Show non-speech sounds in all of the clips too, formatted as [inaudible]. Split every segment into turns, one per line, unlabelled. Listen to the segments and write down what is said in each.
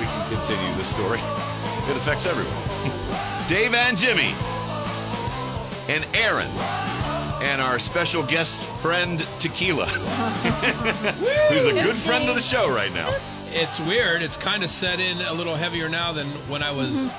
we can continue this story. [laughs] It affects everyone. [laughs] Dave and Jimmy and Aaron and our special guest friend Tequila, [laughs] who's a good friend of the show right now.
It's weird. It's kind of set in a little heavier now than when I was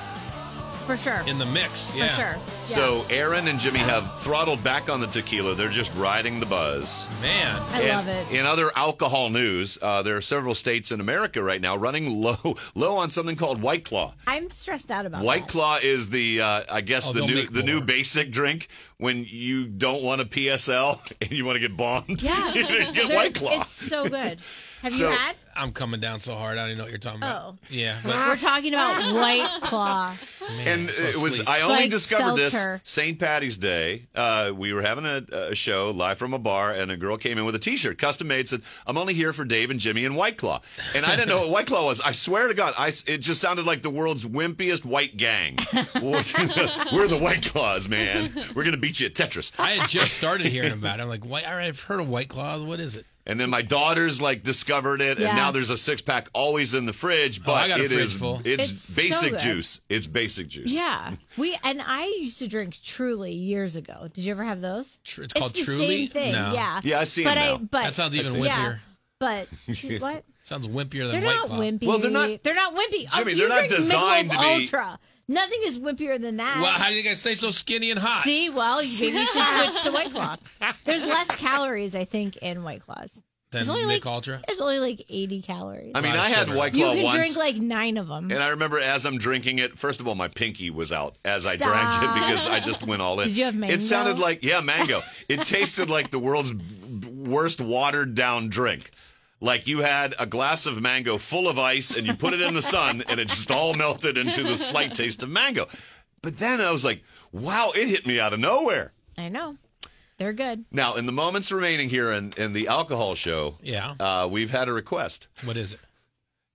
For sure.
in the mix.
Mm-hmm. For
Yeah.
sure. Yeah.
So Aaron and Jimmy have throttled back on the tequila. They're just riding the buzz.
Man.
I
And
love it.
In other alcohol news, uh, there are several states in America right now running [laughs] low low on something called White Claw.
I'm stressed out about
White
that.
Claw is the uh, I guess
Oh,
the
they'll
new
make
the new
more.
basic drink when you don't want a PSL [laughs] and you want to get bombed.
Yeah.
[laughs] You get
They're-
White Claw.
It's so
[laughs]
good. Have
So-
you had?
I'm coming down so hard. I don't even know what you're talking about.
Oh.
Yeah. But
We're talking about [laughs] White Claw.
and
so
it was
sweet.
I only
Spiked
discovered
seltzer.
this St. Patty's Day. Uh, we were having a, a show live from a bar, and a girl came in with a T-shirt, custom made. Said, "I'm only here for Dave and Jimmy and White Claw," and I didn't know what White Claw was. I swear to God, I s it just sounded like the world's wimpiest white
[laughs]
gang. we're the White Claws, man. We're gonna beat you at Tetris.
I had just started hearing about it. I'm like, White, all right, I've heard of White Claws. What is it?
And then my daughters like discovered it,
Yeah.
and now there's a six pack always in the fridge.
Oh, I
But
got a
it
fridge
is
full.
it's,
It's so
basic
good.
juice. It's basic juice.
Yeah. We and I used to drink Truly years ago. Did you ever have those?
Tr- it's called
the
Truly?
Same thing.
No.
Yeah.
Yeah, I see 'em
but
now.
I, but
That sounds even
Yeah.
wimpier.
[laughs]
But what?
Sounds wimpier
They're
than White
not
Claw.
wimpy.
Well, they're not-
They're not
Jimmy,
wimpy. oh,
they're
you
not
drink Michelob
designed to be-
Ultra. Nothing is wimpier than that.
Well, how do you guys stay so skinny and hot?
See, well, maybe you should switch to White
[laughs]
Claw. There's less calories, I think, in White Claws.
Than
There's only
Mick
like
Ultra?
There's only like 80 calories.
I mean,
Lot of
I had
sugar.
White
you
Claw
can
once,
drink like nine of them.
and I remember as I'm drinking it. First of all, my pinky was out as I
Stop.
drank it because I just went all in.
Did you have mango?
It sounded like yeah, mango. it tasted like the world's b- worst watered down drink. Like you had a glass of mango full of ice, and you put it in the sun, and it just all melted into the slight taste of mango. But then I was like, wow, it hit me out of nowhere.
I know. They're good.
Now, in the moments remaining here in, in the alcohol show,
Yeah.
uh, we've had a request.
What is it?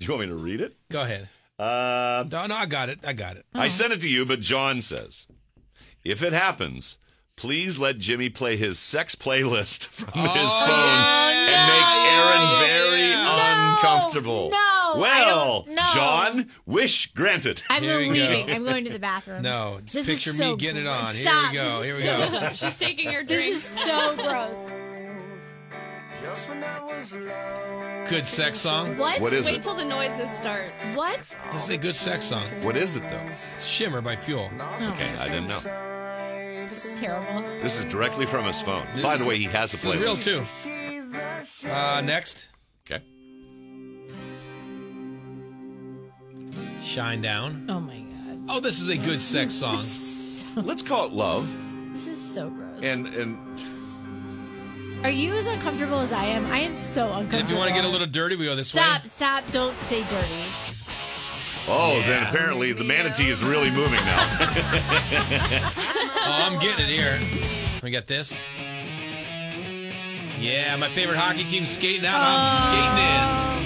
Do you want me to read it?
Go ahead.
Uh,
No, no, I got it. I got it.
Oh.
I sent it to you, but John says, if it happens, please let Jimmy play his sex playlist [laughs] from
Oh,
his phone and make Aaron very
No,
uncomfortable.
no, I
Well,
don't- no.
John, wish granted.
I'm
Here we go.
leaving. I'm going to the bathroom.
No, just
This is
picture
so
me getting it
gross.
on.
Stop.
Here we go.
This
Here
is
we go.
She's taking your
This
drink.
is so gross.
Just when I was low.
Good sex song.
What?
What is
Wait
it?
till the noises start.
What?
This is a good sex song.
What is it, though?
Shimmer by Fuel.
Oh.
Okay, I didn't know.
This is terrible.
This is directly from his phone. By the way, he has a
This is real
playlist.
too.
She's a sh-
Uh, next,
[laughs]
Okay.
Shine Down.
Oh my god.
Oh, this is a good sex song.
Let's call it love.
This is so gross.
And and
Are you as uncomfortable as I am? I am so uncomfortable.
And if you want to get a little dirty, we go this
Stop,
way.
stop, don't say dirty.
oh, then apparently the manatee is really moving now.
[laughs] Oh, I'm getting it here. We got this. Yeah, my favorite hockey team skating out. I'm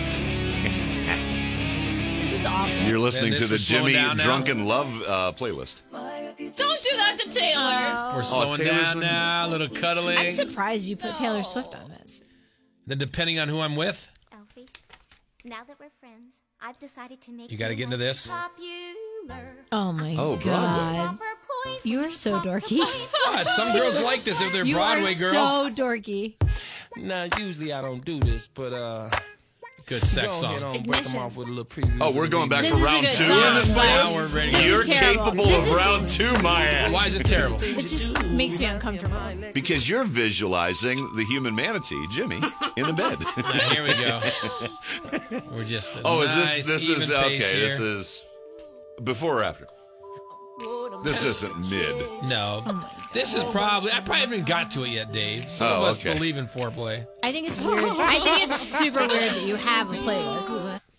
skating in.
This is awful.
You're listening
this
to the
was slowing
Jimmy
down now.
Drunken Love uh, playlist.
Don't do that to Taylor.
We're slowing
Oh, Taylor's
down
with-
now. A little cuddling.
I'm surprised you put Taylor Swift on this.
Then depending on who I'm with,
Alfie, now that we're friends, I've decided to make
You gotta get into this.
Popular.
Oh my
Oh, Broadway.
god. You are so dorky.
But some girls like this if they're
Oh, You
Broadway
are
girls.
so dorky.
Now, usually I don't do this, but uh,
good sex
go ahead
song.
on break 'em
Ignition.
off with a little preview.
Oh, we're going back
This
for
is a
round
good
two
song.
in this playlist.
Now we're ready. to
You're
go.
is terrible.
capable
This
of
is-
round two, my
Why
ass.
is it terrible?
It just makes me uncomfortable.
Because you're visualizing the human manatee, Jimmy, in a
[laughs]
bed.
Now, here we go. We're just a
oh, is
nice,
this this
even
is
pace
okay?
here.
This is before or after? This isn't mid.
No.
Oh
this is probably, I probably haven't even got to it yet, Dave. Some of
Oh,
us
okay.
believe in foreplay.
I think it's weird. I think it's super weird that you have a playlist.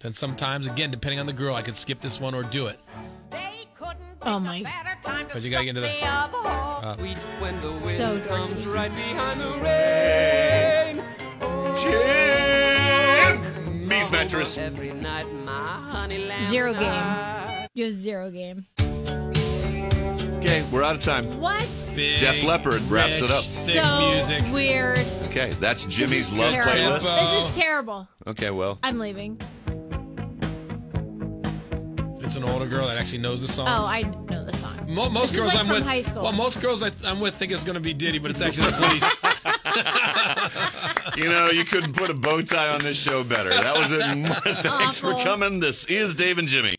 Then sometimes, again, depending on the girl, I could skip this one or do it.
Oh my.
But you gotta get into the.
When the wind
So dark.
comes right behind the rain.
Jimmy's mattress.
Every night my honey lamb
Zero game.
died.
You have zero game.
Okay, we're out of time.
What?
Big,
Def Leppard wraps
rich,
it up.
Thick
so
music.
weird.
Okay, that's
This
Jimmy's
is
love
terrible.
playlist.
This is terrible.
Okay, well,
I'm leaving.
It's an older girl that actually knows the songs.
Oh, I know the song.
Mo-
This
most
is
girls
like
I'm
from
with,
high school.
well, most girls I, I'm with think it's going to be Diddy, but it's actually the
[laughs]
police.
you know, you couldn't put a bow tie on this show better. That was it. [laughs] Thanks for
Awful.
coming. This is Dave and Jimmy.